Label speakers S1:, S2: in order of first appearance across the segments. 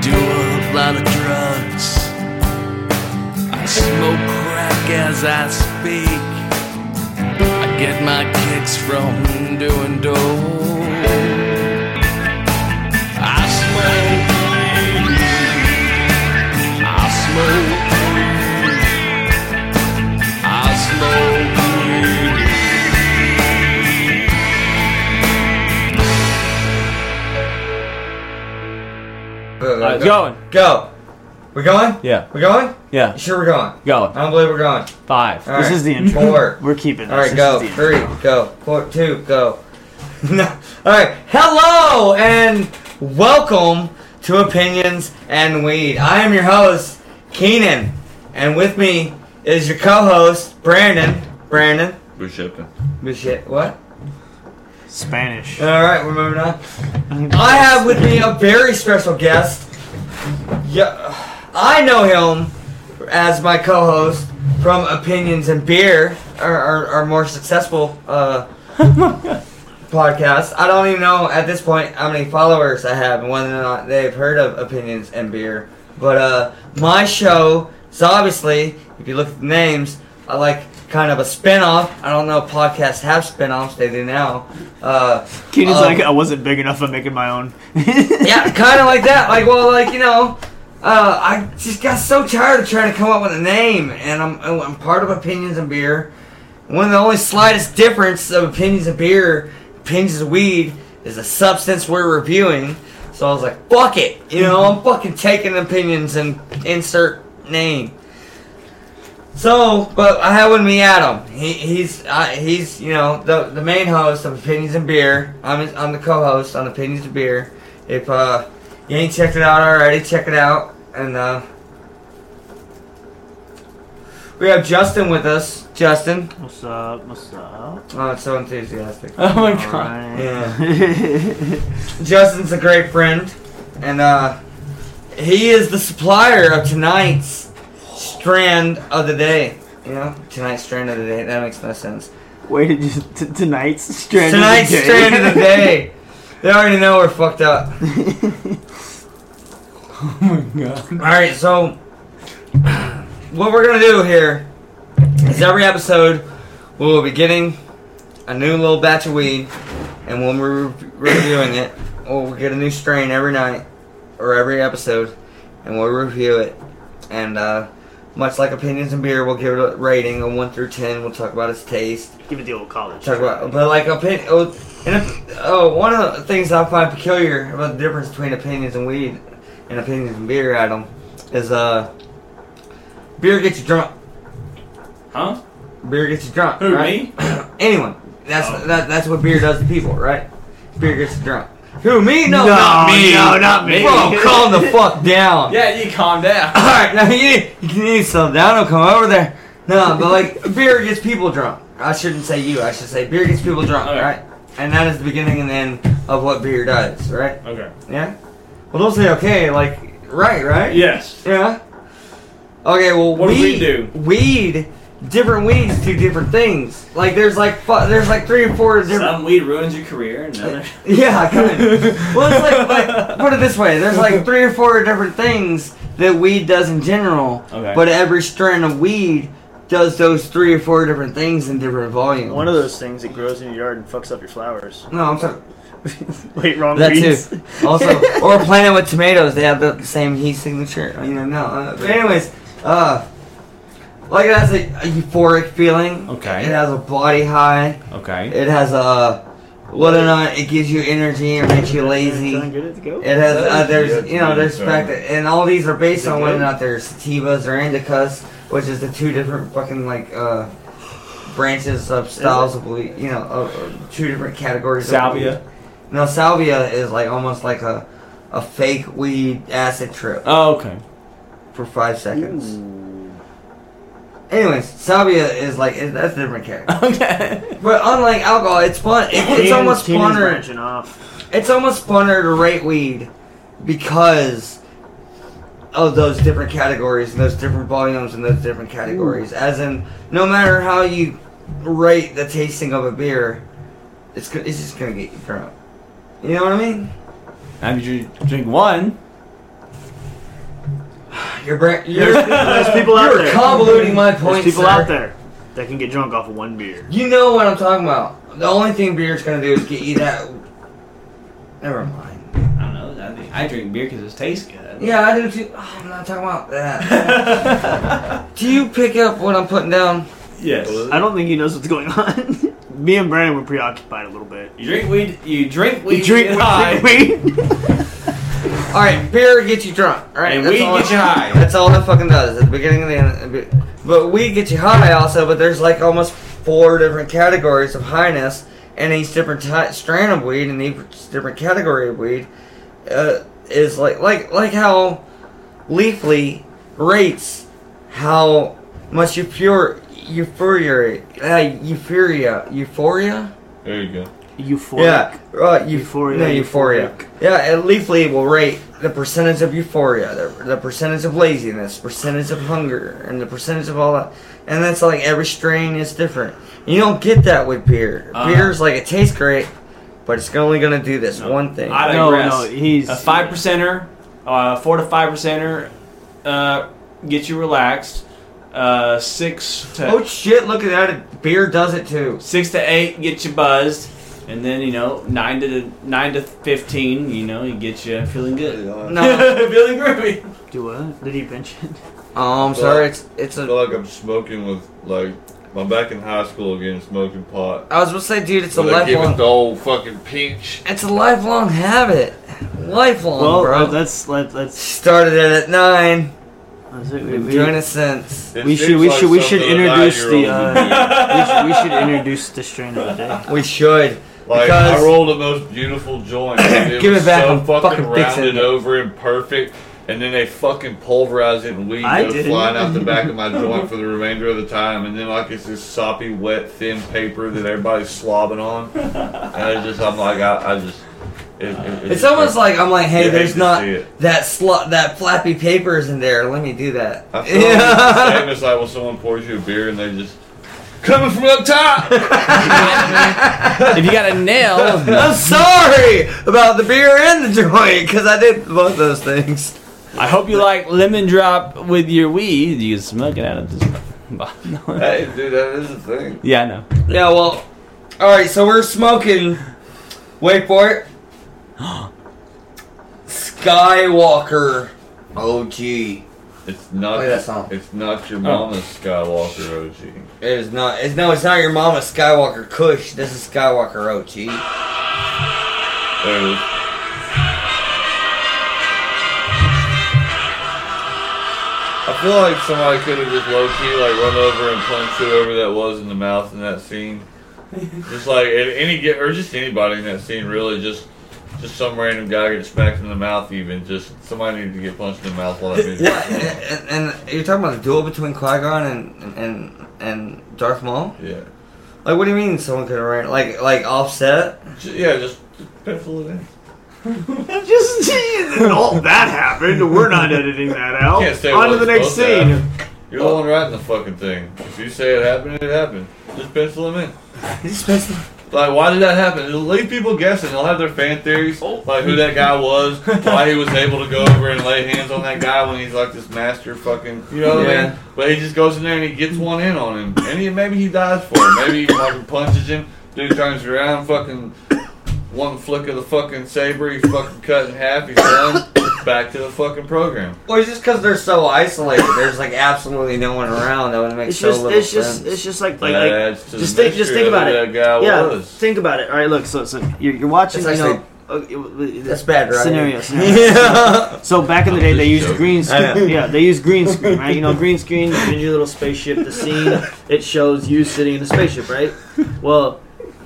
S1: do a lot of drugs. I smoke crack as I speak. I get my kicks from doing dope. I smoke weed. I smoke weed. I smoke weed.
S2: Uh, it's going.
S3: Go. We're going?
S2: Yeah.
S3: We're going?
S2: Yeah,
S3: Sure, we're going.
S2: going.
S3: I don't believe we're going.
S2: Five.
S3: All
S4: This
S3: right,
S4: is the intro.
S3: Four.
S4: We're keeping this.
S3: All right,
S4: This
S3: go.
S4: is the intro.
S3: Three, go. Four, two, go. No. All right. Hello and welcome to Opinions and Weed. I am your host, Keenan, and with me is your co-host, Brandon. Brandon.
S5: We're shipping.
S3: Shit. What?
S4: Spanish.
S3: All right, we're moving on. I have with me a very special guest. Yeah, I know him as my co-host from Opinions and Beer, our, our, our more successful uh, podcast. I don't even know at this point how many followers I have and whether or not they've heard of Opinions and Beer. But uh, my show is obviously, if you look at the names, I like kind of a spin-off. I don't know if podcasts have spin-offs. They do now. Uh,
S4: Keenan's
S3: um,
S4: like, I wasn't big enough. I'm making my own.
S3: yeah, kind of like that. Like, well, like you know, uh, I just got so tired of trying to come up with a name, and I'm I'm part of opinions and beer. One of the only slightest difference of opinions of beer, opinions of weed, is the substance we're reviewing. So I was like, fuck it, you know, I'm fucking taking opinions and insert name. So, but I have with me Adam. He, he's uh, he's you know the the main host of Opinions and Beer. I'm his- I'm the co-host on Opinions and Beer. If uh, you ain't checked it out already, check it out. And uh, we have Justin with us. Justin,
S4: what's up? What's up?
S3: oh, it's so enthusiastic.
S2: Oh my
S4: All
S2: god.
S4: right.
S3: Justin's a great friend, and uh, he is the supplier of tonight's strand of the day. You know, tonight's strand of the day. That makes no sense.
S4: Wait, did you, t- tonight's strand
S3: Tonight's
S4: of the day.
S3: strand of the day. They already know we're fucked up. All right, so what we're gonna do here is every episode we will be getting a new little batch of weed, and when we're re- reviewing it, we'll get a new strain every night or every episode, and we'll review it. And uh, much like opinions and beer, we'll give it a rating of one through ten. We'll talk about its taste.
S4: Give it the old college.
S3: Talk about, but like opinion. Oh, and if, oh, one of the things I find peculiar about the difference between opinions and weed and opinions and beer, Adam, is uh, beer gets you drunk.
S5: Huh?
S3: Beer gets you drunk.
S5: Who,
S3: right?
S5: me?
S3: Anyone. That's
S5: Oh.
S3: that, that's what beer does to people, right? Beer gets you drunk. Who me? No,
S4: No,
S3: not me.
S4: no, not me.
S3: Bro, calm the fuck down.
S5: Yeah, you calm down.
S3: All right, now you you need to slow down. Don't come over there. No, but like beer gets people drunk. I shouldn't say you. I should say beer gets people drunk,
S5: Okay.
S3: right? And that is the beginning and end of what beer does, right?
S5: Okay.
S3: Yeah. Well, don't say okay. Like right, right?
S5: Yes.
S3: Yeah. Okay. Well,
S5: What
S3: weed,
S5: do we do?
S3: Weed. Different weeds do different things. Like there's like fu- there's like three or four different.
S5: Some weed ruins your career, another.
S3: Yeah, kind of. well, it's like, like put it this way: there's like three or four different things that weed does in general,
S5: Okay.
S3: but every strand of weed does those three or four different things in different volumes.
S4: One of those things that grows in your yard and fucks up your flowers.
S3: No, I'm sorry.
S4: Wait, wrong
S3: That
S4: weeds.
S3: too. Also, or planted with tomatoes, they have the same heat signature. I mean, no. Uh, but anyways, uh, like it has a, a euphoric feeling.
S5: Okay.
S3: It has a body high.
S5: Okay.
S3: It has a whether or not it gives you energy or makes you lazy.
S4: Did I get it to go?
S3: It has uh, there's
S5: Yeah,
S3: you know there's
S5: so-
S3: fact that, and all these are based
S4: Is it
S3: on whether or
S4: good?
S3: not they're sativas or indicas, which is the two different fucking like uh branches of styles of weed. You know, of, of two different categories. Of
S2: Salvia.
S3: weed. No, salvia is like almost like a a fake weed acid trip
S2: Oh, okay.
S3: for five seconds. Anyways, salvia is like it, that's a different category.
S2: Okay.
S3: but unlike alcohol, it's fun. It, it's
S4: Keenan's-
S3: almost
S4: Keenan's
S3: funner.
S4: branching off.
S3: It's almost funner to rate weed because of those different categories and those different volumes and those different categories. As in, no matter how you rate the tasting of a beer, it's go- it's just gonna get you drunk. You know what I mean?
S2: Now if you drink one,
S3: You're, bra- you're,
S4: There's people out
S3: you're
S4: there.
S3: convoluting my point,
S4: There's people
S3: sir.
S4: out there that can get drunk off of one beer.
S3: You know what I'm talking about. The only thing beer's gonna do is get you that. Never mind.
S5: I don't know. I, think, I drink beer because it tastes good.
S3: Yeah, I do too. Oh, I'm not talking about that. do you pick up what I'm putting down?
S5: yes.
S4: I don't think he knows what's going on. Me and Brandon were preoccupied a little bit.
S5: You drink weed. You drink weed.
S4: We drink,
S5: and
S4: we
S5: high.
S4: drink weed.
S3: All right, beer gets you drunk. All right,
S5: And
S3: that's
S5: weed
S3: all
S5: gets
S3: it-
S5: you high.
S3: That's all it fucking does at the beginning of the end. But weed gets you high also. But there's like almost four different categories of highness, and each different ty strand of weed and each different category of weed uh, is like like like how Leafly rates how much euphoria euphoria uh, euphoria euphoria.
S1: There you go.
S4: Euphoric.
S3: Yeah, uh, eu-
S4: Euphoria,
S3: No, euphoria.
S4: euphoric.
S3: Yeah, and Leafly will rate the percentage of euphoria, the, the percentage of laziness, percentage of hunger, and the percentage of all that. And that's like every strain is different. You don't get that with beer.
S5: Uh-huh.
S3: Beer's like it tastes great, but it's only gonna do this one thing.
S5: I
S4: No,
S5: digress.
S4: no, he's-
S5: a five percenter, uh, four to five percenter, uh, gets you relaxed. Uh, six to
S3: oh shit! Look at that. Beer does it too.
S5: six to eight gets you buzzed, and then you know nine to nine to fifteen, you know, you get you feeling good,
S3: No,
S5: feeling groovy.
S4: Do what? Did he mention?
S3: oh, I'm sorry. It's it's
S1: I
S3: a.
S1: feel like I'm smoking with like I'm back in high school again, smoking pot.
S3: I was gonna say, dude, it's a
S1: When they give it the
S3: lifelong.
S1: old fucking peach.
S3: It's a lifelong habit. Lifelong,
S4: Well,
S3: bro.
S4: uh, that's let, let's.
S3: Started it at nine.
S4: let's- we-
S3: Been
S4: we-
S3: doing it since.
S1: It
S4: We should-
S1: seems
S4: we should- we
S1: something
S4: should
S1: a
S4: introduce the,
S1: nine-year-old would
S4: uh,
S1: do.
S4: we should- we should introduce the strain of the day.
S3: We should.
S1: Like
S3: because-
S1: I rolled the most beautiful joint. It
S3: Give
S1: was
S3: it back,
S1: so
S3: I'm
S1: fucking,
S3: fucking fixing
S1: rounded
S3: it.
S1: over and perfect, and then they fucking pulverized it and weed
S4: I
S1: goes
S4: didn't.
S1: flying out the back of my joint for the remainder of the time, and then like it's this soppy, wet, thin paper that everybody's slobbing on, and I just I'm like I, I just it, it- it
S3: It's
S1: just-
S3: almost like I'm like, hey,
S1: You hate
S3: there's
S1: to
S3: not
S1: see it.
S3: that slot, that flappy paper is in there. Let me do that.
S1: I feel like it's the same as like when someone pours you a beer and they just coming from up top.
S5: if you got a nail,
S3: I'm sorry about the beer and the joint because I did both those things.
S5: I hope you like lemon drop with your weed. You can smoke it out of this. No.
S1: hey, dude, that is the thing.
S5: yeah, I know.
S3: Yeah, well, all right. So we're smoking. Wait for it. Skywalker. OG. It
S1: It's not.
S3: Play that song.
S1: It's not your mama's Skywalker OG.
S3: is not. It's no. It's not your mama's Skywalker Kush. This is Skywalker OG.
S1: There it is. I feel like somebody could have just low key like run over and punched whoever that was in the mouth in that scene. just like and any get or just anybody in that scene really just just some random guy gets smacked in the mouth even just somebody needed to get punched in the mouth while that
S3: and,
S1: video.
S3: and, and you're talking about the duel between Qui Gon and and and Darth Maul.
S1: yeah.
S3: Like, what do you mean someone could have ran? Like, like offset?
S1: Ju- yeah, just pencil it in.
S4: Just all that happened. We're not editing that out.
S1: Can't say
S4: On to
S1: what
S4: the
S1: it's
S4: next
S1: supposed to
S4: scene.
S1: You're the one writing the fucking thing. If you say it happened, it happened. Just pencil them in. Like, why did that happen? It'll leave people guessing. They'll have their fan theories,
S4: Oh.
S1: like who that guy was, why he was able to go over and lay hands on that guy when he's like this master fucking, you know what I
S3: Yeah.
S1: mean? But he just goes in there and he gets one in on him, and he, maybe he dies for it. Maybe he fucking punches him. Dude turns around, fucking one flick of the fucking saber, he fucking cut in half. He's done. Back to the fucking program.
S3: Or is just because they're so isolated? There's like absolutely no one around. That would make
S4: It's
S3: so
S4: just,
S3: little
S4: it's just,
S3: sense.
S4: it's just like, like,
S1: That
S4: like
S1: adds to the
S4: just think- just
S1: mystery
S4: think
S1: of
S4: about
S1: who
S4: it.
S1: That guy
S4: yeah.
S1: uh, was.
S4: Think about it. All right, look. So, so you're, you're watching.
S3: That's
S4: you know, uh,
S3: That's bad, right?
S4: Scenario, scenario.
S3: Yeah.
S4: So back in the day,
S1: I'm
S4: they
S1: just
S4: used
S1: joking.
S4: green
S3: I know.
S4: screen. Yeah, they used green screen, right? You know, green screen. You your little spaceship. The scene it shows you sitting in the spaceship, right? Well,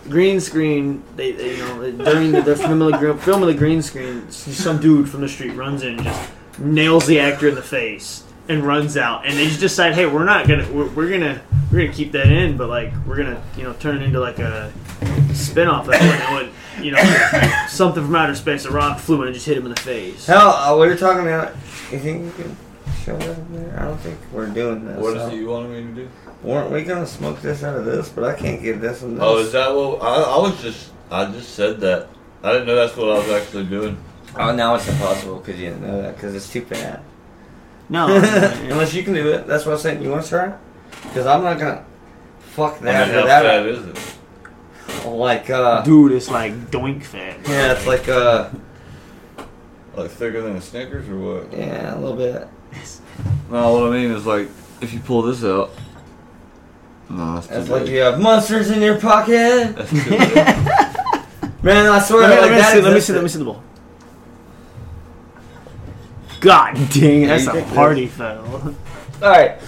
S4: green screen. They, they you know during the, the film, of the, gr- film of the green screen, some dude from the street runs in and just nails the actor in the face and runs out. And they just decide, hey, we're not gonna we're, we're gonna we're gonna keep that in, but like we're gonna you know turn it into like a spinoff. Like, what- what, you know, something from outer space. A rock flew in and just hit him in the face.
S3: Hell, uh, we were talking about. You think you can show that in there? I don't think we're doing this.
S1: What
S3: so.
S1: is it you wanted me to do?
S3: Weren't we gonna smoke this out of this? But I can't get this and this.
S1: Oh, is that what I, I was just? I just said that. I didn't know that's what I was actually doing.
S3: Oh, now it's impossible because you didn't know that because it's too bad.
S4: No.
S3: Unless you can do it. That's what I'm saying. You want to try? Because I'm not gonna. Fuck
S1: I mean,
S3: that.
S1: how
S3: that
S1: sad is it?
S3: Like uh.
S4: Dude, it's like doink fat.
S3: Yeah, it's like uh.
S1: Like thicker than a Snickers or what?
S3: Yeah, a little bit.
S1: No, what I mean is like if you pull this out. No, that's,
S3: It's
S1: too
S3: like
S1: big.
S3: you have monsters in your pocket.
S1: That's too big.
S3: Man, I swear. like,
S4: Let me, let me
S3: that
S4: see, let me
S3: existed.
S4: see. Let me see the ball. God dang, that's
S3: you
S4: a
S3: take this.
S4: party foul.
S3: All right,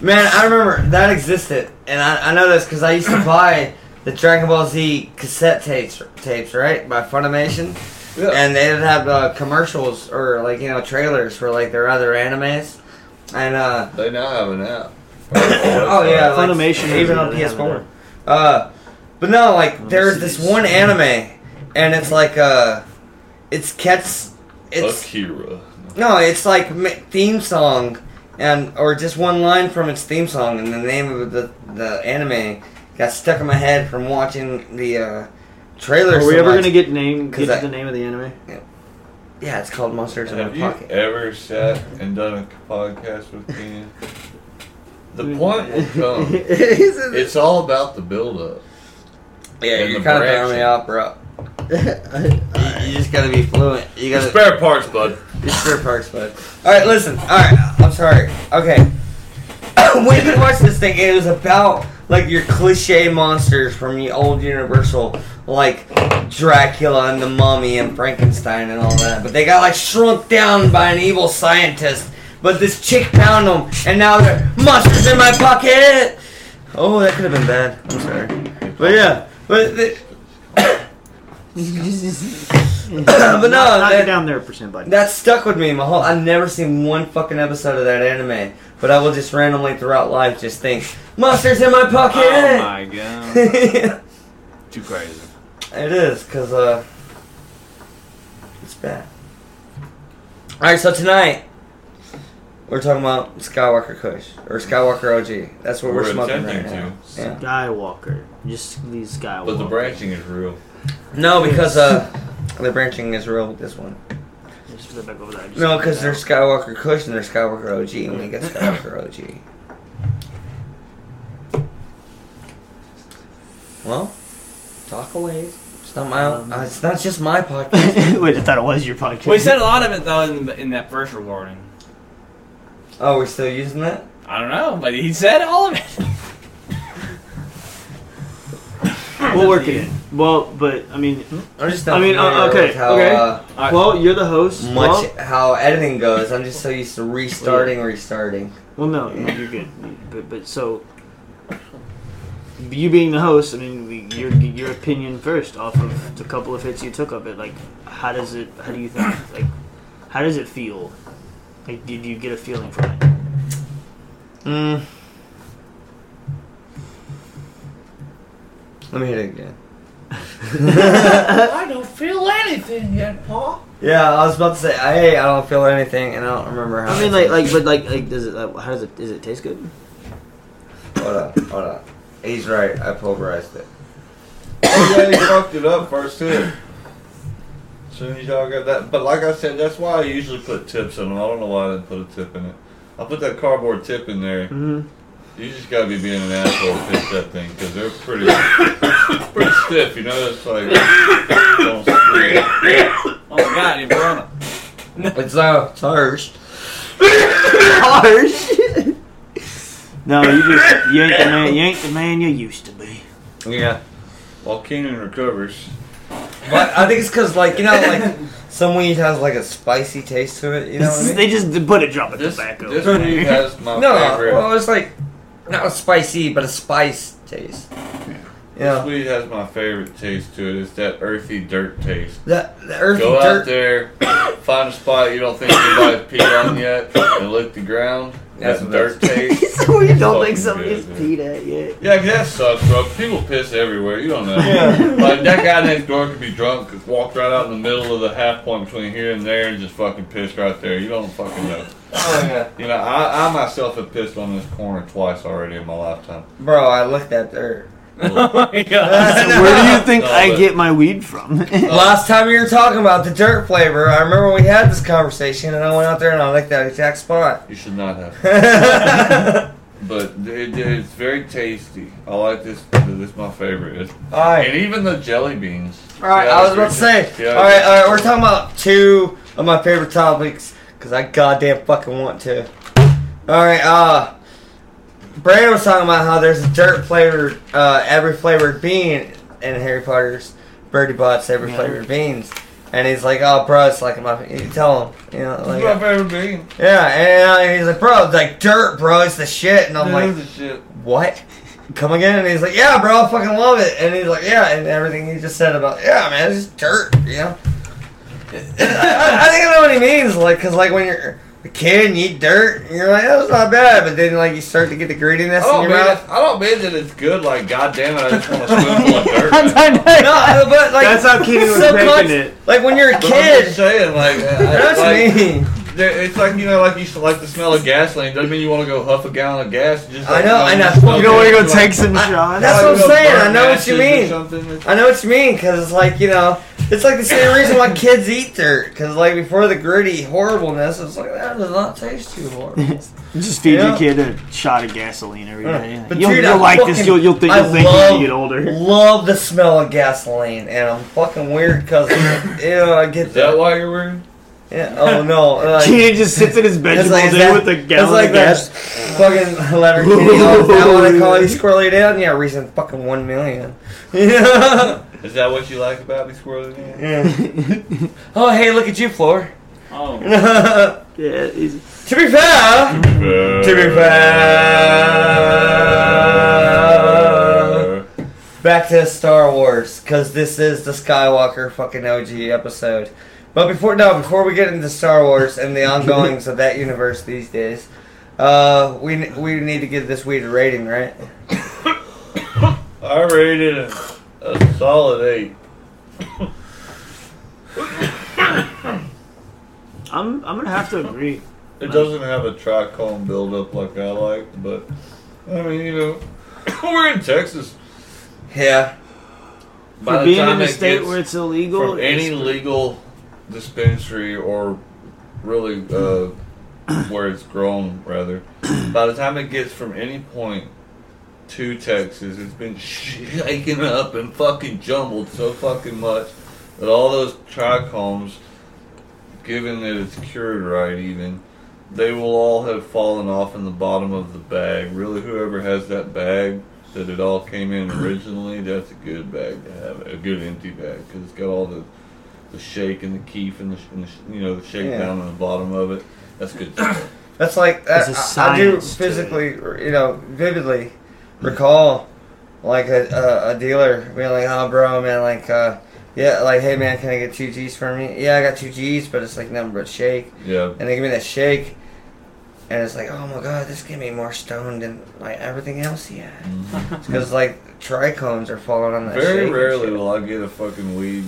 S3: man. I remember that existed, and I, I know this because I used to buy the Dragon Ball Z cassette tapes, tapes right by Funimation,
S1: Yeah.
S3: and they'd have uh, commercials or like you know trailers for like their other animes, and uh,
S1: They now have an app.
S3: oh yeah, like,
S4: Funimation
S3: even
S4: doesn't
S3: on
S4: really have
S3: PS Four. Uh, but no, like
S4: me
S3: there's
S4: see
S3: this
S4: these.
S3: one anime, and it's like uh, it's cats, it's
S1: Akira.
S3: no, it's like m- theme song, and or just one line from its theme song, and the name of the the anime got stuck in my head from watching the uh, trailer.
S4: Are
S3: so
S4: we ever
S3: much.
S4: gonna get name? Get
S3: 'Cause I-
S4: to the name of the anime?
S3: Yeah, it's called Monsters in My
S1: Have you
S3: Pocket.
S1: ever sat and done a podcast with Ken? The point will come. It's all about the build-up.
S3: yeah,
S1: in
S3: you're
S1: the
S3: kind of throwing
S1: direction.
S3: me off, bro. You, you just gotta be fluent. You gotta
S1: Spare parts, bud.
S3: It's Spirit Parks, bud. Alright, listen. Alright, I'm sorry. Okay. we could watch this thing, and it was about, like, your cliche monsters from the old Universal, like Dracula and the Mummy and Frankenstein and all that. But they got, like, shrunk down by an evil scientist. But this chick found them, and now they're monsters in my pocket! Oh, that could have been bad. I'm sorry. But yeah, but. th-
S4: but
S3: no,
S4: knock
S3: that-
S4: it down there, percent buddy.
S3: That stuck with me. My whole I've never seen one fucking episode of that anime, but I will just randomly throughout life just think monsters in my pocket.
S5: Oh my god.
S3: it
S5: Too crazy.
S3: is because uh, it's bad. All right, so tonight we're talking about Skywalker Kush or Skywalker OG. That's what we're,
S1: We're
S3: smoking right
S1: attempting
S3: now. Yeah.
S1: to.
S4: Skywalker, just these Skywalker.
S1: But the branching is real.
S3: No, because uh, the branching is real with this one.
S4: Just put that back over there. Just
S3: No,
S4: put
S3: because
S4: that
S3: there's
S4: out.
S3: Skywalker Kush and there's Skywalker OG, and we get Skywalker OG. Well, talk away. It's not my.
S4: Um.
S3: uh, it's not just my podcast.
S4: Wait, I thought it was your podcast.
S5: We said a lot of it though in, in that first recording.
S3: oh, we're still using that.
S5: I don't know, but he said all of it.
S4: we'll work it in. Well, but I mean,
S3: I'm just not.
S4: I mean, uh,
S3: familiar
S4: okay,
S3: with how,
S4: okay.
S3: Uh,
S5: I-
S4: well, you're the host.
S3: much
S4: Well,
S3: how editing goes. I'm just so used to restarting, restarting.
S4: well, no, you- you're good. But but so, you being the host, I mean, we, your your opinion first off of the couple of hits you took of it. Like, how does it? How do you think? Like, how does it feel? Like, did you get a feeling from it?
S3: Mm. Let me hit it again.
S5: I don't feel anything yet, Paul.
S3: Yeah, I was about to say, hey, I don't feel anything, and I don't remember how.
S4: I mean,
S3: I
S4: like,
S3: feel.
S4: like, but like, like, does it? Like, how does it? Does it taste good?
S3: Hold on, hold on. He's right. I pulverized it.
S1: Oh yeah, you fucked it up first tip. Soon as y'all got that, but like I said, that's why I usually put tips in them. I don't know why I didn't put a tip in it. I put that cardboard tip in there.
S4: Mm-hmm.
S1: You just gotta be being an asshole to fix that thing because they're pretty, pretty stiff. You know, it's like don't screw it.
S5: Oh my god, you're grown
S3: It's uh, it's harsh.
S4: Harsh. no, you just you ain't the man. You ain't the man you used to be.
S3: Yeah,
S1: While Keenan recovers,
S3: but I think it's because like you know like some weed has like a spicy taste to it. You know what I mean?
S4: they just put a drop of
S1: this
S4: tobacco.
S1: this weed has my
S3: No, Oh,
S1: favorite.
S3: well it's like not spicy, but a spice taste.
S1: This
S3: Yeah,
S1: weed has my favorite taste to it. It's that earthy dirt taste.
S3: that the earthy
S1: Go out
S3: dirt.
S1: there, find a spot you don't think anybody's peed on yet, and lick the ground.
S3: That's
S1: that
S3: what
S1: dirt taste.
S4: so you don't think
S1: Fucking
S4: somebody's
S1: good,
S4: peed at yet.
S1: Yeah, 'cause that sucks, bro. People piss everywhere. You don't know.
S3: Yeah.
S1: Like that guy next door could be drunk, could walk right out in the middle of the half point between here and there, and just fucking piss right there. You don't fucking know.
S3: Oh yeah,
S1: You know, I, I myself have pissed on this corner twice already in my lifetime.
S3: bro, I licked that dirt.
S5: Oh my god.
S4: Where do you think
S1: No,
S4: I
S1: but-
S4: get my weed from?
S3: Last time we were talking about the dirt flavor, I remember we had this conversation, and I went out there and I liked that exact spot.
S1: You should not have.
S3: All
S1: But it, it's very tasty. I like this. This is my favorite. It's-
S3: right.
S1: and even the jelly beans.
S3: All right,
S1: Yeah,
S3: I was about to say.
S1: yeah.
S3: all right, all right, we're talking about two of my favorite topics because I goddamn fucking want to. All right, uh, Brandon was talking about how there's a dirt flavored, uh, every flavored bean in Harry Potter's Birdie Bots, every
S4: Yeah.
S3: flavored beans, and he's like, "Oh, bro, it's like my," you tell him, you know,
S1: This
S3: like,
S1: is my favorite bean.
S3: yeah, and uh, he's like, "Bro, it's like dirt, bro, it's the shit," and I'm
S1: This
S3: like,
S1: is the shit.
S3: what? Come again? And he's like, yeah, bro, I fucking love it. And he's like, yeah, and everything he just said about, yeah, man, it's just dirt, you know? I, I think I know what he means, like, cause like when you're a kid and you eat dirt, and you're like, that was not bad, but then like you start to get the
S1: I
S3: grittiness
S4: Oh,
S3: in your
S1: don't, mean
S3: mouth.
S1: that, I don't mean that it's good. Like, goddamn it, I just want a spoonful of dirt.
S4: I know.
S3: No, but like,
S4: That's how Keenan was
S3: subconscious-
S4: making it.
S3: Like when you're a
S1: But I'm just
S3: kid,
S1: saying, like, I- I-
S3: that's
S1: like,
S3: me.
S1: there- it's like you know, like you should like the smell of gasoline. Doesn't mean you want to go huff a gallon of gas. You Just
S3: I
S1: like,
S3: know, I know.
S1: just smell
S4: You don't want to
S1: good.
S4: go take
S1: Like,
S4: some
S3: I-
S4: shots.
S3: that's what I'm
S1: go
S3: saying,
S1: burn
S3: I know what
S1: matches
S3: you
S1: or
S3: mean.
S1: something.
S3: I know what you mean, cause it's like you know, it's like the same reason why kids eat dirt, cause like before the gritty horribleness, it's like that does not taste too horrible.
S4: Just feed
S3: Yeah.
S4: your kid a shot of gasoline every day.
S3: But
S4: you'll
S3: dude,
S4: you'll
S3: I
S4: like
S3: fucking-
S4: this. You'll, you'll think,
S3: I
S4: you'll think when
S3: love-
S4: you get older.
S3: Love the smell of gasoline, and I'm fucking weird because ew, I get
S1: Is that
S3: that.
S1: why you're wearing?
S3: Yeah, oh no, like,
S4: Keenan just sits in his bedroom
S3: It's like
S4: all day
S3: that-
S4: with a
S3: it's
S4: gallon
S3: like
S4: of
S3: that
S4: gas.
S3: fucking letter kitty. Oh, is that what I call you, Squirrely Down? Yeah, reason fucking one million. Yeah.
S1: Is that what you like about me, squirreling? in?
S3: oh hey, look at you, Floor.
S5: Oh.
S3: to
S4: Yeah, he's,
S3: be fair. To be fair. Back to Star Wars, because this is the Skywalker fucking OG episode. But before no, before we get into Star Wars and the ongoings of that universe these days, uh, we we need to give this weed a rating, right?
S1: I rated it a uh, solid eight.
S4: I'm, I'm gonna have to agree.
S1: It doesn't have a trichome buildup like I like, but I mean, you know, we're in Texas.
S3: Yeah.
S1: By
S4: For
S1: the
S4: being
S1: time
S4: in a
S1: it
S4: state
S1: gets
S4: where it's illegal,
S1: from any
S4: it's-
S1: legal dispensary or really uh, where it's grown, rather, by the time it gets from any point to Texas, it's been shaken up and fucking jumbled so fucking much that all those trichomes, given that it's cured right, even. They will all have fallen off in the bottom of the bag. Really, whoever has that bag that it all came in originally, that's a good bag to have, a good empty bag, because it's got all the the shake and the keef and the, sh- and the sh- you know the shake
S3: Yeah.
S1: down on the bottom of it. That's good. stuff.
S3: That's like
S4: There's
S3: that,
S4: a
S3: I, I do
S4: science to
S3: physically, you know, vividly recall like a, a, a dealer being like, "Oh, bro, man, like, uh, yeah, like, hey, man, can I get two G's for me? Yeah, I got two G's, but it's like nothing but shake."
S1: yeah,
S3: and they give me that shake, and it's like, oh my god, this gave me more stoned than like everything else he had.
S1: Mm-hmm.
S3: Because like trichomes are falling on that. shake
S1: very
S3: and
S1: rarely
S3: shit.
S1: will I get a fucking weed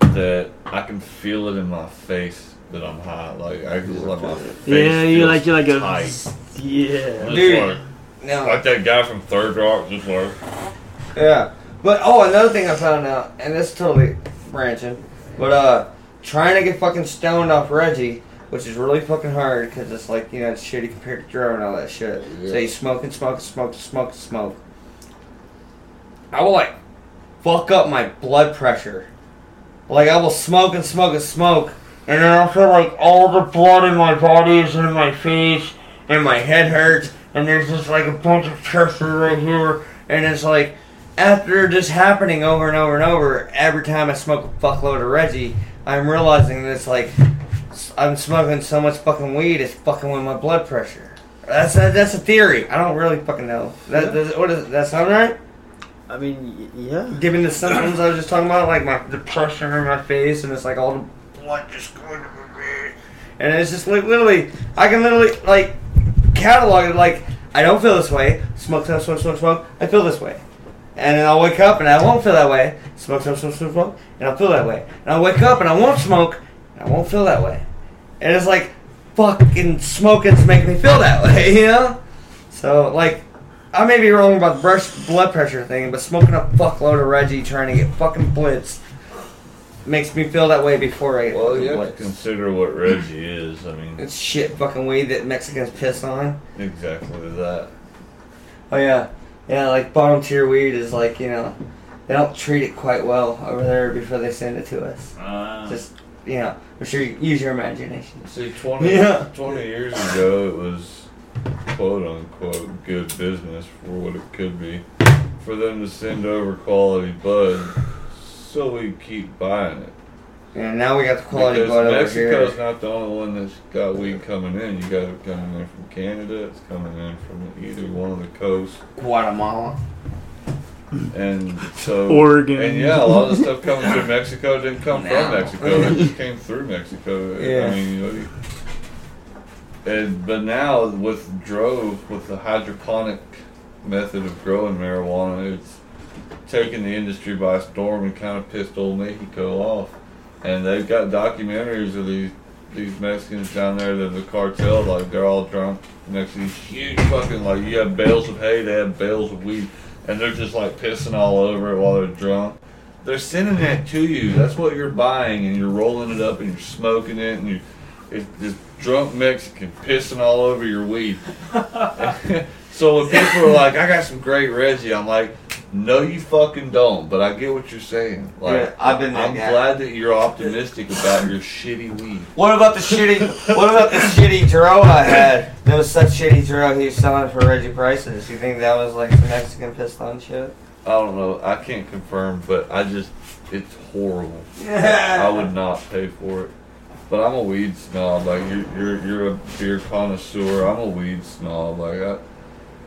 S1: that I can feel it in my face that I'm high. Like I can like my face.
S4: yeah, you
S1: feels
S4: like you're like a
S1: tight.
S4: yeah.
S1: Just
S3: Dude.
S1: like-
S3: No.
S1: Like that guy from Third Rock, just like
S3: Yeah. But oh, another thing I found out, and this is totally branching, but uh, trying to get fucking stoned off Reggie, which is really fucking hard because it's like you know it's shitty compared to Dro and all that shit. So
S1: Yeah.
S3: you smoke and smoke and smoke and smoke and smoke. I will like fuck up my blood pressure. Like I will smoke and smoke and smoke, and then I feel like all the blood in my body is in my face, and my head hurts, and there's just like a bunch of pressure right here, and it's like after this happening over and over and over, every time I smoke a fuckload of Reggie, I'm realizing that it's like s- I'm smoking so much fucking weed, it's fucking with my blood pressure. That's a, that's a theory. I don't really fucking know. That, that, what is that sound right?
S4: I mean, y- yeah.
S3: Given the symptoms I was just talking about, like my the pressure in my face, and it's like all the blood just going to my face, and it's just like literally, I can literally like catalog it. Like I don't feel this way. Smoke, smoke, smoke, smoke, smoke. I feel this way, and then I'll wake up and I won't feel that way. Smoke, smoke, smoke, smoke, smoke, and I'll feel that way. And I'll wake up and I won't smoke, and I won't feel that way. And it's like fucking smoking's making me feel that way, you know. So like I may be wrong about the brush blood pressure thing, but smoking a fuckload of Reggie trying to get fucking blitzed makes me feel that way before I get
S1: Well,
S3: fucking
S1: you have to
S3: blitzed.
S1: consider what Reggie is. I mean,
S3: It's shit fucking weed that Mexicans piss on.
S1: exactly that.
S3: Oh yeah, yeah. Like bottom tier weed is like you know they don't treat it quite well over there before they send it to us.
S5: Uh,
S3: Just you know, I'm sure you use your imagination.
S1: See, 20,
S3: Yeah.
S1: 20 years ago, it was quote unquote good business for what it could be for them to send over quality bud so we keep buying it.
S3: And now we got the quality
S1: because
S3: blood over
S1: Mexico's
S3: here.
S1: not the only one that's got weed coming in. You got it coming in from Canada, it's coming in from either one of the coasts.
S3: Guatemala.
S1: And so.
S2: Oregon.
S1: And yeah, a lot of the stuff coming through Mexico didn't come
S3: Now.
S1: from Mexico. It just came through Mexico.
S3: Yeah.
S1: I mean, you know, you- and but now with drove with the hydroponic method of growing marijuana, it's taken the industry by storm and kind of pissed old Mexico off. And they've got documentaries of these these Mexicans down there that the cartel like they're all drunk next to these huge fucking like you have bales of hay, they have bales of wheat, and they're just like pissing all over it while they're drunk. They're sending that to you. That's what you're buying, and you're rolling it up and you're smoking it, and you it's this drunk Mexican pissing all over your weed. so when people are like, "I got some great Reggie," I'm like, "No, you fucking don't." But I get what you're saying. Like,
S3: Yeah, I've been that
S1: I'm
S3: guy.
S1: glad that you're optimistic about your shitty weed.
S3: What about the shitty? What about the shitty Toro I had? That was such shitty Toro he was selling for Reggie prices. You think that was like some Mexican pissed on shit?
S1: I don't know. I can't confirm, but I just it's horrible.
S3: Yeah.
S1: I would not pay for it. But I'm a weed snob. Like you're, you're, you're a beer connoisseur. I'm a weed snob. Like I,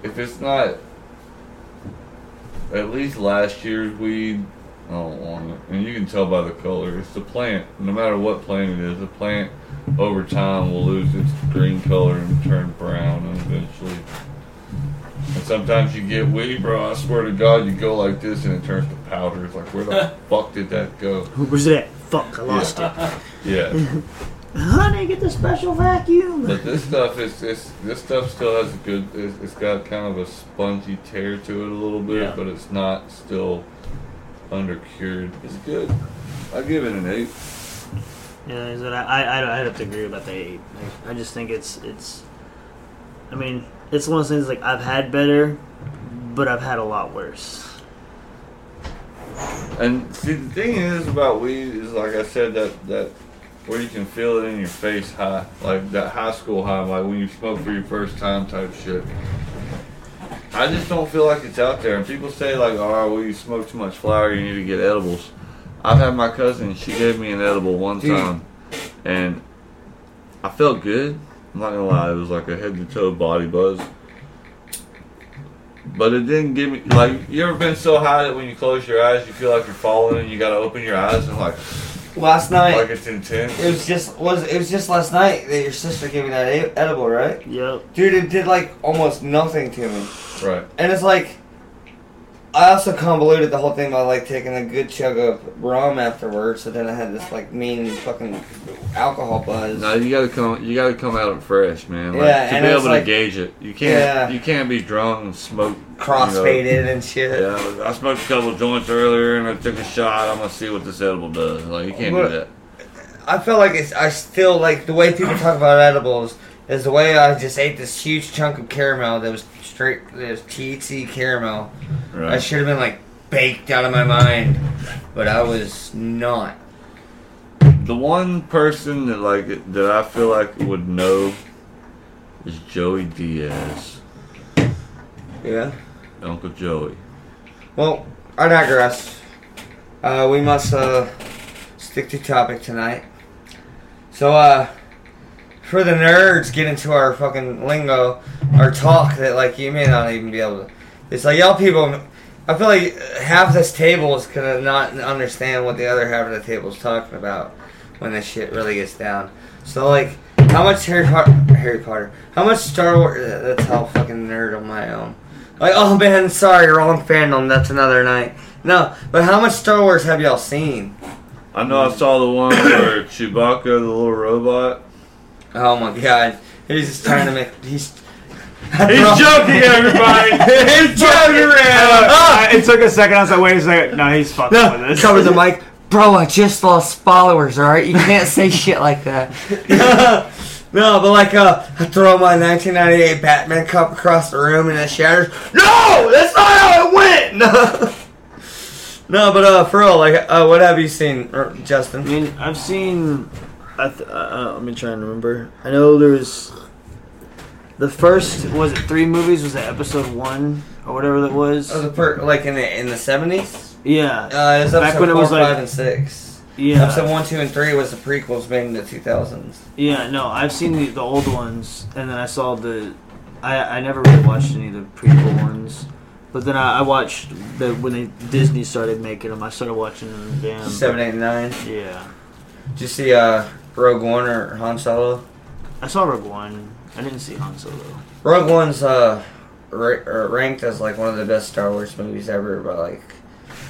S1: if it's not at least last year's weed, I don't want it. And you can tell by the color. It's the plant. No matter what plant it is, the plant over time will lose its green color and turn brown and eventually. And sometimes you get weed, bro. I swear to God, you go like this and it turns to powder. It's like, where the fuck did that go?
S4: Where's it at? Fuck, I lost it.
S1: Yeah,
S4: Honey, get the special vacuum.
S1: but this stuff is this this stuff still has a good. It's, it's got kind of a spongy tear to it a little bit,
S5: Yeah.
S1: but it's not still undercured. It's good. I give it an eight.
S4: Yeah, is what I, I, I I'd have to agree about the eight. Like, I just think it's it's. I mean, it's one of those things like I've had better, but I've had a lot worse.
S1: And see, the thing is about weed is like I said that that where you can feel it in your face high, like that high school high, like when you smoke for your first time type shit. I just don't feel like it's out there. And people say like, "All right, well, you smoke too much flower. You need to get edibles." I've had my cousin; she gave me an edible one
S3: Dude.
S1: time, and I felt good. I'm not gonna lie; it was like a head to toe body buzz. But it didn't give me like you ever been so high that when you close your eyes you feel like you're falling and you gotta open your eyes and like
S3: Last night.
S1: like it's intense.
S3: It was just was it was just last night that your sister gave me that e- edible, right?
S4: Yep.
S3: Dude, it did like almost nothing to me,
S1: Right.
S3: and it's like I also convoluted the whole thing by like taking a good chug of rum afterwards. So then I had this like mean fucking alcohol buzz.
S1: No, you gotta come. You gotta come at it fresh, man. Like,
S3: Yeah,
S1: to
S3: and
S1: be
S3: it's
S1: able
S3: like-
S1: to gauge it, you can't.
S3: Yeah.
S1: You can't be drunk and smoke.
S3: Crossfaded
S1: You
S3: and shit.
S1: know, yeah, I smoked a couple joints earlier and I took a shot. I'm gonna see what this edible does. Like you can't
S3: Look.
S1: do that.
S3: I feel like it's I still like the way people talk about edibles is the way I just ate this huge chunk of caramel that was straight that was THC caramel. I
S1: Right.
S3: should have been like baked out of my mind, but I was not.
S1: the one person that like that I feel like would know is Joey Diaz,
S3: Yeah.
S1: Uncle Joey.
S3: Well, I digress. Uh, we must uh, stick to topic tonight. So, uh, for the nerds, get into our fucking lingo, our talk that like you may not even be able to. It's like y'all people. I feel like half this table is gonna not understand what the other half of the table is talking about when this shit really gets down. So like, how much Harry Potter? Harry Potter? How much Star Wars? That's how fucking nerd on my own. Like, oh man, sorry, wrong fandom. That's another night. No, but how much Star Wars have y'all seen?
S1: I know I saw the one where Chewbacca, the little robot.
S3: Oh my god, he's just trying to make he's
S5: He's joking, everybody. He's joking around.
S6: I- it took a second. I was like, wait a second. No, he's fucking with
S3: Ah! No,
S6: this.
S3: cover the mic. Bro, I just lost followers, alright? You can't say shit like that. no, but like, uh, I throw my 1998 Batman cup across the room and it shatters. No! That's not how it went! No. No, but uh, for real, like, uh, what have you seen, er,
S4: I
S3: Justin?
S4: mean, I've seen. I th- uh, I'm trying to remember. I know there was. The first was it three movies? Was it episode one or whatever that was?
S3: Oh, the per- like in the in the seventies.
S4: Yeah,
S3: Uh, it was
S4: Back
S3: episode
S4: when it
S3: four,
S4: was, like-
S3: five, and six.
S4: yeah,
S3: Episode one, two, and three was the prequels made in the two thousands.
S4: yeah. No, I've seen the, the old ones, and then I saw the. I I never really watched any of the prequel ones, but then I, I watched the when they Disney started making them. I started watching them. Damn.
S3: Seven, eight, and nine.
S4: Yeah,
S3: Did you see uh, Rogue One or Han Solo?
S4: I saw Rogue One. I didn't see Han Solo.
S3: Rogue One's uh, ra- er, ranked as like one of the best Star Wars movies ever by like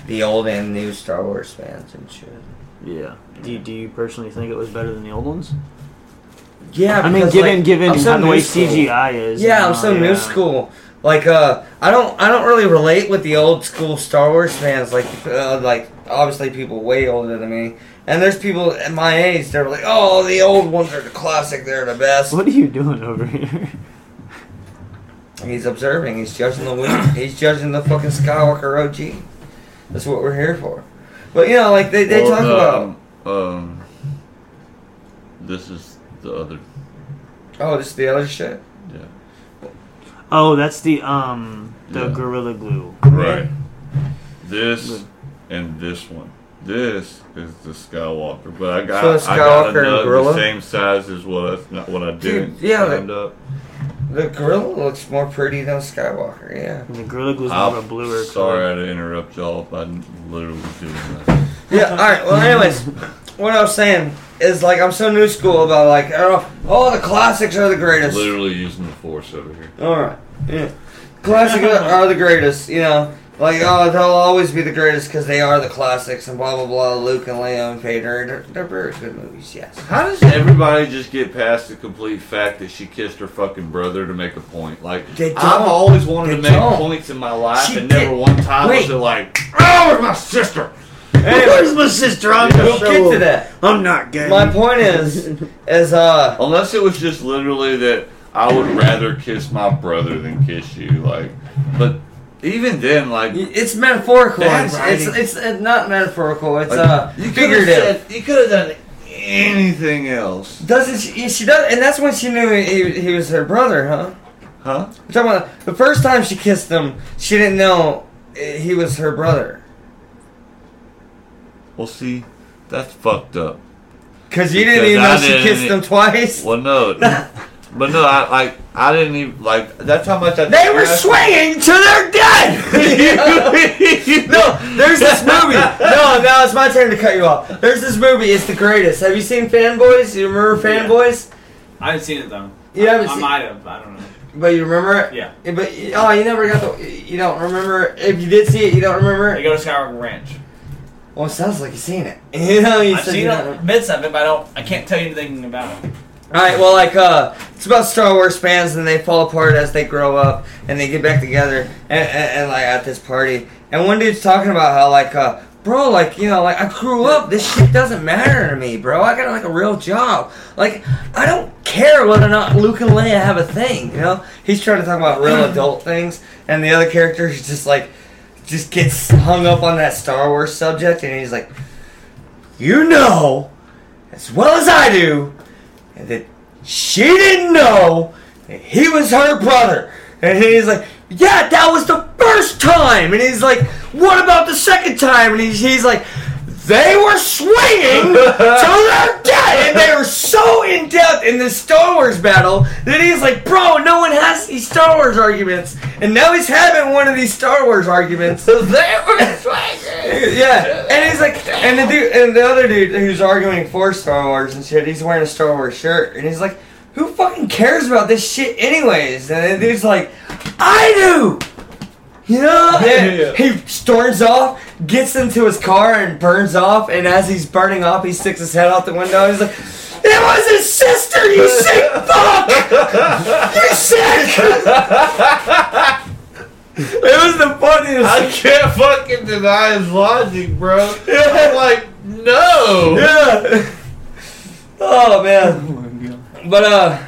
S3: the old and new Star Wars fans and shit.
S4: Yeah. Do you, do you personally think it was better than the old ones?
S3: Yeah,
S4: I mean,
S3: because,
S4: given
S3: like,
S4: given
S3: I'm so
S4: how the way
S3: new school.
S4: CGI is.
S3: Yeah, I'm
S4: and
S3: so
S4: all, yeah.
S3: new school. Like, uh, I don't, I don't really relate with the old school Star Wars fans. Like, uh, like obviously people way older than me, and there's people at my age. They're like, oh, the old ones are the classic. They're the best.
S4: What are you doing over here?
S3: He's observing. He's judging the win- he's judging the fucking Skywalker OG. That's what we're here for. But you know, like they, they talk about.
S1: about. Um, this is the other.
S3: Oh, this is the other shit.
S1: Yeah.
S4: Oh, that's the um the
S1: Yeah.
S4: gorilla glue.
S1: Right. This and this one. This is the Skywalker, but I got
S3: So
S1: I got
S3: Skywalker and
S1: another
S3: gorilla?
S1: the same size as well. That's not what I did.
S3: yeah,
S1: End up.
S3: The gorilla looks more pretty than Skywalker. Yeah.
S4: And the gorilla glue's more of a bluer
S1: I'm
S4: color.
S1: sorry to interrupt y'all if I didn't literally do that.
S3: Yeah. All right. Well, anyways, what I was saying is like I'm so new school about like oh, oh the classics are the greatest.
S1: literally using the force over here.
S3: All right. Yeah. Classics are- are the greatest. You know, like oh they'll always be the greatest because they are the classics and blah blah blah. Luke and Leia and Vader. They're, they're very good movies. Yes.
S1: How does everybody just get past the complete fact that she kissed her fucking brother to make a point? Like
S3: They
S1: I've
S3: don't.
S1: always wanted
S3: They
S1: to make
S3: don't.
S1: points in my life,
S3: She
S1: and never
S3: did-
S1: one time
S3: wait.
S1: was it like, "Oh, it's my sister."
S4: Where's my sister? I'm
S3: We'll get to that.
S4: I'm not gay.
S3: My point is, is uh,
S1: Unless it was just literally that I would rather kiss my brother than kiss you, like. But even then, like,
S3: it's metaphorical.
S1: Bad
S3: It's, it's,
S1: writing.
S3: it's it's not metaphorical. It's
S1: like,
S3: uh,
S1: you could have
S3: figurative.
S1: said, you could have done anything else,
S3: Doesn't she? She does, and that's when she knew he, he was her brother, huh?
S1: huh?
S3: We're talking about the first time she kissed him. She didn't know eh, he was her brother
S1: Well, see, that's fucked up.
S3: because you didn't
S1: Because
S3: even
S1: I
S3: know she
S1: didn't e-
S3: kissed
S1: even-
S3: him twice.
S1: Well, no, but no, I like, I didn't even like. That's how much I.
S3: They were
S1: I-
S3: swinging to their death. no, there's this movie. No, now it's my turn to cut you off. There's this movie. It's the greatest. Have you seen Fanboys? You remember
S5: Yeah.
S3: Fanboys?
S5: I haven't seen it though.
S3: You haven't
S5: I
S3: seen-
S5: might have. I don't know.
S3: But you remember it?
S5: Yeah.
S3: Yeah, But oh, you never got the. You don't remember. If you did see it, you don't remember.
S5: They
S3: It.
S5: go to Skywalker Ranch.
S3: Well, it sounds like you've seen it. You know, you
S5: I've
S3: said
S5: seen
S3: you don't.
S5: it, bits of it, but I don't. I can't tell you anything about it.
S3: All right. Well, like uh, it's about Star Wars fans and they fall apart as they grow up and they get back together and, and, and like at this party. And one dude's talking about how like uh, bro, like you know, like I grew up. This shit doesn't matter to me, bro. I got like a real job. Like I don't care whether or not Luke and Leia have a thing. You know, he's trying to talk about real adult things, and the other character is just like, just gets hung up on that Star Wars subject, and he's like, you know, as well as I do and that she didn't know that he was her brother. And he's like, yeah, that was the first time. And he's like, what about the second time? And he's, he's like, they were swinging till their death, and they were so in depth in this Star Wars battle that he's like, bro, no one has these Star Wars arguments, and now he's having one of these Star Wars arguments. So they were swinging. yeah, and he's like, and the dude, and the other dude who's arguing for Star Wars and shit, he's wearing a Star Wars shirt, and he's like, who fucking cares about this shit anyways? And the dude's like, I do. You know, and he storms off, gets into his car, and burns off. And as he's burning off, he sticks his head out the window. And he's like, "It was his sister, you sick fuck, you sick." It was the funniest.
S1: I can't fucking deny his logic, bro. I'm like, no.
S3: yeah. Oh man. But uh,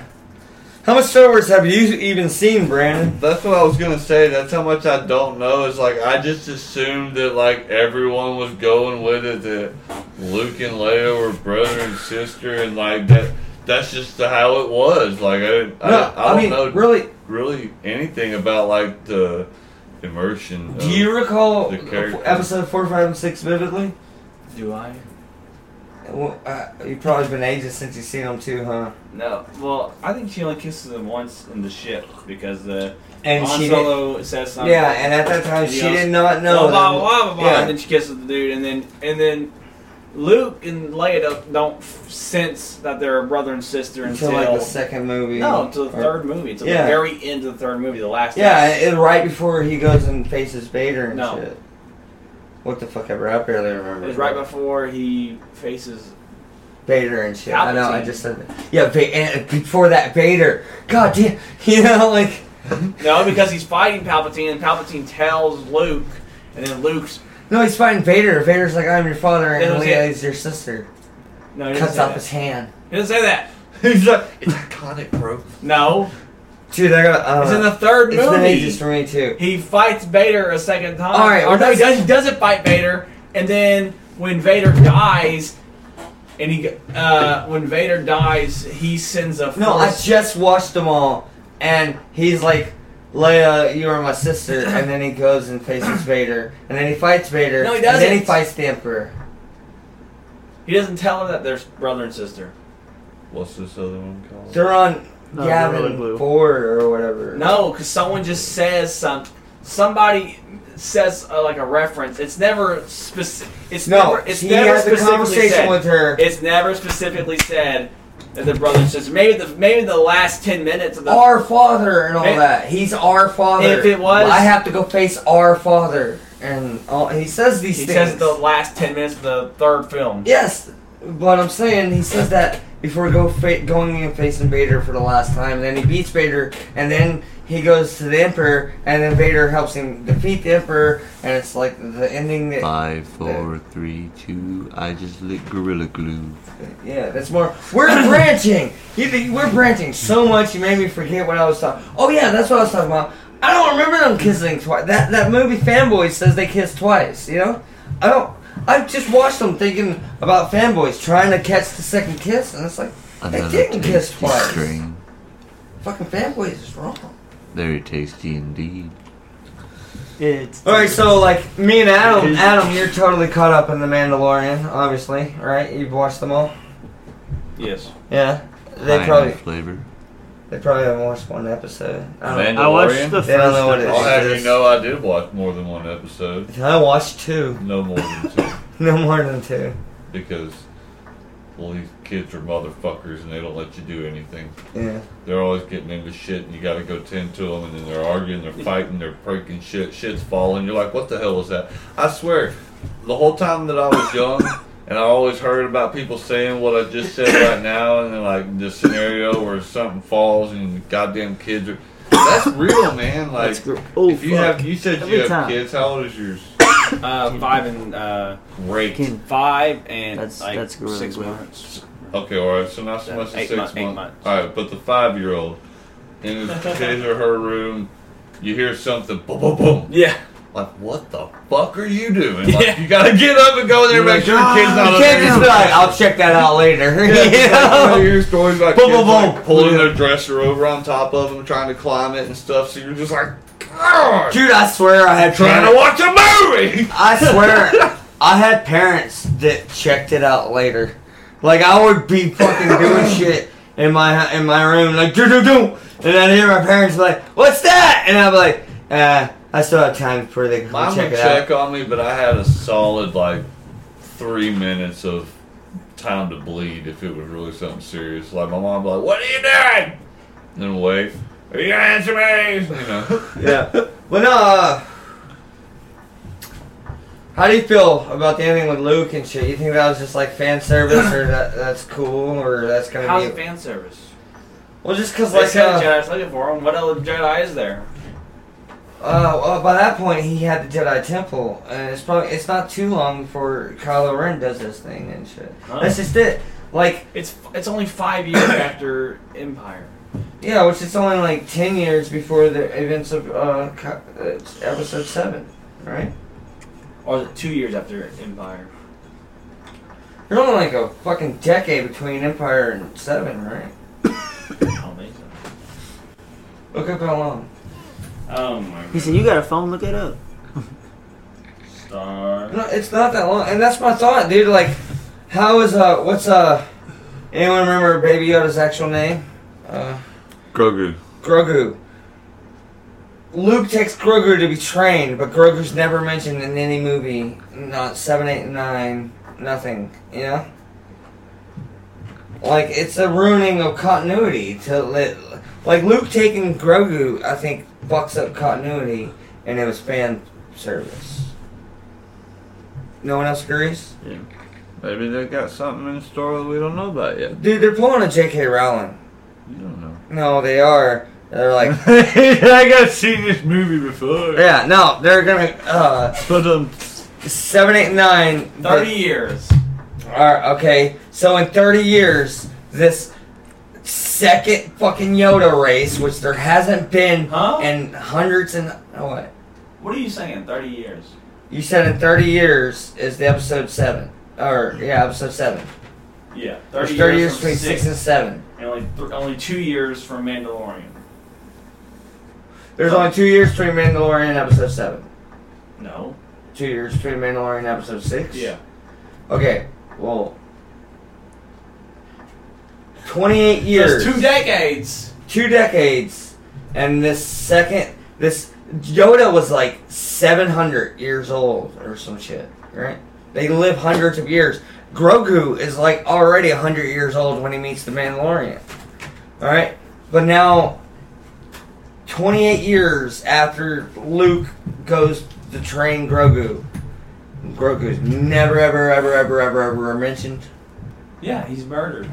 S3: how much Star Wars have you even seen, Brandon?
S1: That's what I was gonna say. That's how much I don't know. Is like I just assumed that like everyone was going with it that Luke and Leia were brother and sister, and like that. That's just how it was. Like I, didn't- I,
S3: No,
S1: I
S3: I
S1: don't
S3: mean,
S1: know
S3: really.
S1: really anything about like the immersion.
S3: Do you recall
S1: the character.
S3: episode four, five, and six vividly?
S5: Do I?
S3: Well, uh, you've probably been ages since you've seen them too, huh?
S5: No. Well, I think she only kisses him once in the ship because the
S3: And
S5: Han
S3: she, did,
S5: Solo says something.
S3: yeah, and at that time she
S5: Yeah.
S3: did not know.
S5: Blah, blah, blah, blah, blah,
S3: yeah.
S5: And then she kisses the dude, and then and then Luke and Leia don't, don't f- sense that they're a brother and sister
S3: that
S5: until,
S3: until like the second movie.
S5: no, until the
S3: or-
S5: third movie, until
S3: Yeah.
S5: the very end of the third movie, the last.
S3: Yeah, it, right before he goes and faces Vader and
S5: No.
S3: shit. What the fuck ever? I barely remember.
S5: It's right before he faces.
S3: Vader and shit. I know. I
S5: Palpatine.
S3: just said that. Yeah, Va- and uh, before that Vader. God damn. You know, like
S5: No, because he's fighting Palpatine, and Palpatine tells Luke, and then Luke's.
S3: no, he's fighting Vader. Vader's like, I'm your father, and
S5: That was
S3: Leia
S5: it.
S3: is your sister.
S5: No, he doesn't
S3: Cuts
S5: say
S3: off
S5: that.
S3: his hand.
S5: He doesn't say that.
S1: He's like, it's iconic, bro.
S5: No,
S3: Dude, I got. Uh,
S5: it's in the third
S3: it's been
S5: movie.
S3: ages for me too.
S5: He fights Vader a second time.
S3: All right,
S5: or
S3: well,
S5: no, he
S3: that's-
S5: does. He doesn't fight Vader, and then when Vader dies, and he uh, when Vader dies, he sends a force.
S3: No, I just watched them all, and he's like, Leia, you are my sister, and then he goes and faces Vader, and then he fights Vader,
S5: No, he
S3: and then he
S5: doesn't.
S3: fights the Emperor.
S5: he doesn't tell him that they're brother and sister.
S1: What's this other one called?
S3: They're on
S4: No, Gorilla
S3: Gavin
S4: Glue.
S3: Ford or whatever.
S5: No, because someone just says some. Somebody says uh, like a reference. It's never specific. It's
S3: no,
S5: never. It's
S3: he
S5: never
S3: has a
S5: specifically
S3: conversation
S5: said.
S3: with her.
S5: It's never specifically said that they're brother and sister. Maybe the maybe the last ten minutes of the
S3: our father and all
S5: If-
S3: that. He's our father.
S5: If it was-
S3: I have to go face our father, and all, he says these
S5: he
S3: things.
S5: says the last ten minutes of the third film.
S3: yes, but I'm saying he says that before go fa- going and facing Vader for the last time. Then he beats Vader, and then he goes to the Emperor, and then Vader helps him defeat the Emperor, and it's like the ending that
S7: Five, four, three, two. I just lit gorilla glue.
S3: Yeah, that's more. We're branching. You, we're branching so much. You made me forget what I was talking. Oh yeah, that's what I was talking about. I don't remember them kissing twice. That that movie fanboy says they kissed twice. You know, I don't. I just watched them thinking about fanboys trying to catch the second kiss, and it's like
S7: Another
S3: didn't kiss
S7: tasty
S3: twice.
S7: string.
S3: fucking fanboys is wrong.
S7: Very tasty indeed.
S4: It's
S3: All right, so like me and Adam,
S4: Because-
S3: Adam, you're totally caught up in the Mandalorian, obviously, right? You've watched them all.
S5: Yes.
S3: Yeah, they
S7: High
S3: probably
S7: enough flavor.
S3: they probably haven't watched one episode. I don't,
S1: Mandalorian?
S4: I watched the first.
S3: They don't know what it
S1: I'll
S3: is.
S1: have
S3: Yes.
S1: you know I did watch more than one episode.
S3: I watched two,
S1: No more than two.
S3: no more than two.
S1: Because, well, these kids are motherfuckers and they don't let you do anything.
S3: Yeah.
S1: They're always getting into shit and you gotta go tend to them and then they're arguing, they're fighting, they're breaking shit, shit's falling. You're like, what the hell is that? I swear, the whole time that I was young and I always heard about people saying what I just said right now and then like this scenario where something falls and goddamn kids are. That's real, man. Like,
S4: That's gr- oh,
S1: if you
S4: fuck.
S1: have, you said
S4: Every
S1: you have
S4: time.
S1: kids. How old is yours?
S5: Uh, five and uh,
S1: Great.
S4: Ken.
S5: five and
S4: That's-
S5: like
S4: that's gorilla
S5: six
S4: glue.
S5: months.
S1: Okay, all right. So not so much as
S5: Eight
S1: six
S5: month- eight
S1: months.
S5: months.
S1: All right, but the five-year-old in his, his or her room, you hear something, boom, boom, boom.
S5: Yeah.
S1: Like, what the fuck are you doing? Like,
S5: Yeah.
S1: You gotta get up and go in there, and make sure your kid's not
S3: "Ah, You
S1: up
S3: can't
S1: there.
S3: just Um, be like, I'll check that out later.
S1: Yeah, it's like, you
S3: You know?
S1: hear stories about
S3: Boom,
S1: kids,
S3: boom,
S1: like,
S3: boom.
S1: pulling their dresser over on top of them, trying to climb it and stuff. So you're just like, "Grr,"
S3: Dude, I swear I had
S1: trying to
S3: parents.
S1: watch a movie.
S3: I swear I had parents that checked it out later. Like I would be fucking doing shit in my in my room, like do do do, and I'd hear my parents be like, "What's that?" And I'd be like, "Uh, I still have time before they come
S1: Mom
S3: check
S1: would
S3: it
S1: check
S3: out."
S1: on me, but I had a solid like three minutes of time to bleed if it was really something serious. Like my mom, would be like, "What are you doing?" And then wait. Are you gonna answer me? You know.
S3: Yeah. Well, no. Uh, how do you feel about the ending with Luke and shit? You think that was just like fan service, or that that's cool, or that's gonna
S5: How's
S3: be?
S5: it fan service?
S3: Well, just because
S5: They
S3: like
S5: said
S3: uh,
S5: Jedi's looking for him. What other Jedi is there?
S3: uh, well, by that point he had the Jedi Temple, and it's probably it's not too long before Kylo Ren does this thing and shit.
S5: Huh?
S3: That's just it. Like
S5: It's it's only five years after Empire.
S3: yeah, which is only like ten years before the events of uh, Ky- uh Episode Seven, right?
S5: Or is it two years after Empire?
S3: There's only like a fucking decade between Empire and Seven, right?
S5: I don't think so.
S3: Look up how long.
S5: Oh my
S4: He said, "You got a phone? Look it up."
S5: star.
S3: No, it's not that long, and that's my thought, dude. Like, how is uh, what's uh, anyone remember Baby Yoda's actual name? Uh,
S7: Grogu.
S3: Grogu. Luke takes Grogu to be trained, but Grogu's never mentioned in any movie. Not seven, eight, and nine, nothing. You know, like it's a ruining of continuity to let, like Luke taking Grogu. I think fucks up continuity, and it was fan service. No one else agrees.
S7: Maybe they got something in store that we don't know about yet.
S3: Dude, they're pulling a J.K. Rowling.
S7: You don't know.
S3: No, they are. They're like,
S7: I got seen this movie before.
S3: yeah, no, they're gonna uh,
S7: But um,
S3: seven, eight, nine.
S5: Thirty years.
S3: Are, okay, so in thirty years, this second fucking Yoda race, which there hasn't been
S5: Huh?
S3: in hundreds and oh, what
S5: What are you saying? Thirty years.
S3: you said in thirty years is the episode seven or yeah, episode seven.
S5: Yeah,
S3: There's
S5: thirty,
S3: thirty years,
S5: years, from
S3: between six and seven.
S5: and only th- only two years from Mandalorian.
S3: There's only two years between Mandalorian and episode seven.
S5: No.
S3: Two years between Mandalorian and episode six.
S5: Yeah.
S3: Okay, well, 28 years,
S5: There's two decades.
S3: two decades, and this second, this Yoda was like 700 years old or some shit, right? They live hundreds of years. Grogu is like already 100 years old when he meets the Mandalorian, all right? But now, 28 years after Luke goes to train Grogu, Grogu's never, ever, ever, ever, ever, ever mentioned.
S5: Yeah, he's murdered.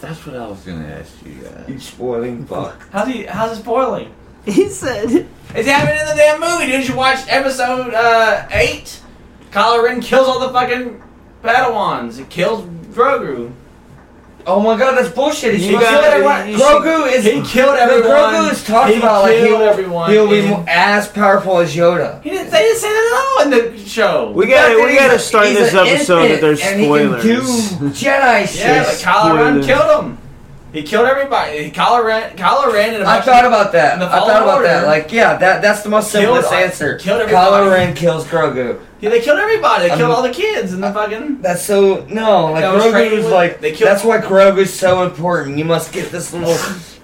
S7: that's what I was gonna ask you guys.
S3: You spoiling fuck.
S5: How's he? How's it spoiling?
S4: He said,
S5: It's happening in the damn movie. Didn't you watch episode uh, eight? Kylo Ren kills all the fucking Padawans. He kills Grogu.
S3: Oh my god, that's bullshit. He
S5: You
S3: killed
S5: got-
S3: everyone.
S5: you
S3: Grogu is.
S5: He killed
S3: the
S5: everyone.
S3: Grogu is talked
S5: he
S3: about like
S5: killed
S3: he'll,
S5: everyone.
S3: he'll be
S5: and-
S3: mo- as powerful as Yoda.
S5: He didn't. They didn't say that at all in the show.
S6: We gotta,
S3: But
S6: we
S3: he's
S6: gotta
S3: a-
S6: start
S3: he's
S6: this
S3: an
S6: episode
S3: infant,
S6: that there's
S3: and he can
S6: spoilers.
S3: do Jedi shit.
S5: yeah, but Kylo Ren
S6: spoilers.
S5: killed him. He killed everybody. Kylo Ren. Kylo Ren. And a
S3: I
S5: bunch
S3: thought
S5: of-
S3: about that.
S5: And the
S3: I thought about
S5: Fallen
S3: that.
S5: Order.
S3: Like, yeah, that that's the most
S5: Killed-
S3: simplest answer.
S5: killed everybody.
S3: Kylo Ren kills Grogu.
S5: Yeah, they killed everybody. They killed
S3: Um,
S5: all the kids and the fucking.
S3: That's so no. Like
S5: That was
S3: Grogu
S5: training
S3: is
S5: with-
S3: like
S5: they killed-
S3: that's why Grogu's so important. You must get this little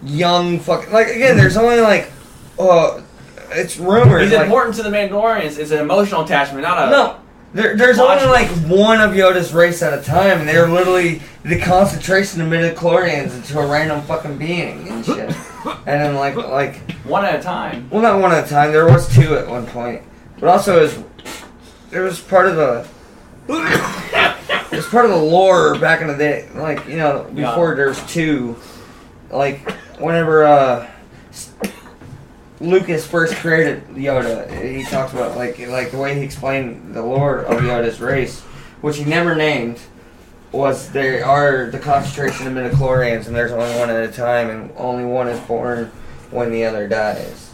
S3: young fucking like again. There's only like, uh, it's rumored.
S5: He's
S3: like,
S5: important to the Mandalorians. It's an emotional attachment, not a.
S3: No, there, there's only
S5: Logical.
S3: like one of Yoda's race at a time, and they're literally the concentration of midichlorians into a random fucking being and shit. and then like like
S5: One at a time.
S3: well, not one at a time. There was two at one point, but also it was it was part of the. It was part of the lore back in the day, like you know,
S5: Yeah.
S3: before there's two, like whenever uh, s- Lucas first created Yoda, he talked about like like the way he explained the lore of Yoda's race, which he never named, was there are the concentration of midichlorians, and there's only one at a time, and only one is born when the other dies.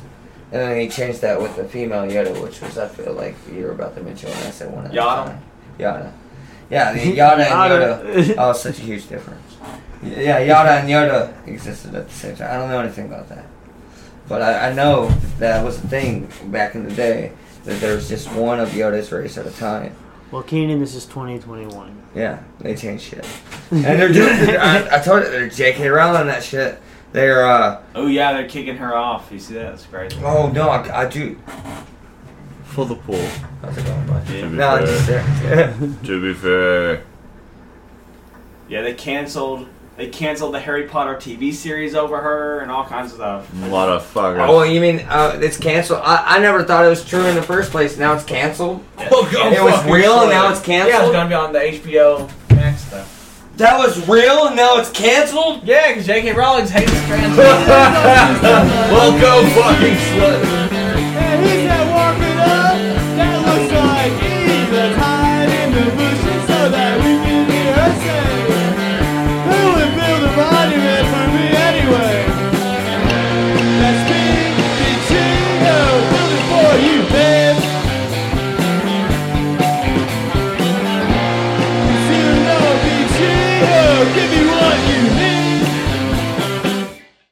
S3: And then he changed that with the female Yoda, which was I feel like you were about to mention when I said one at
S5: Yada.
S3: a time. Yada. Yeah, the Yada and Yoda.
S6: Yada.
S3: Oh, such a huge difference. Yeah, Yada and Yoda existed at the same time. I don't know anything about that. But I, I know that was a thing back in the day, that there was just one of Yoda's race at a time.
S4: "Well, Keenan, this is 2021."
S3: Yeah, they changed shit. And they're just, I, I told you, they're J.K. Rowling and that shit. They're, uh,
S5: Oh yeah, they're kicking her off. You see that? That's crazy.
S3: oh no, I, I do.
S7: For the pool.
S3: How's it going, bud?
S7: To be
S3: oh, No, I'm just
S7: fair.
S3: there.
S7: To be fair.
S5: Yeah, they canceled. They canceled the Harry Potter TV series over her and all kinds of stuff.
S7: Motherfucker.
S3: oh, you mean uh, it's canceled? I, I never thought it was true in the first place. Now it's canceled?
S5: Oh,
S3: it was real and now it's
S5: Yeah, it's
S3: canceled?
S5: gonna be on the HBO Max stuff.
S3: That was real, and now it's canceled.
S5: Yeah, because J.K. Rowling hates trans.
S1: well, go fucking slut.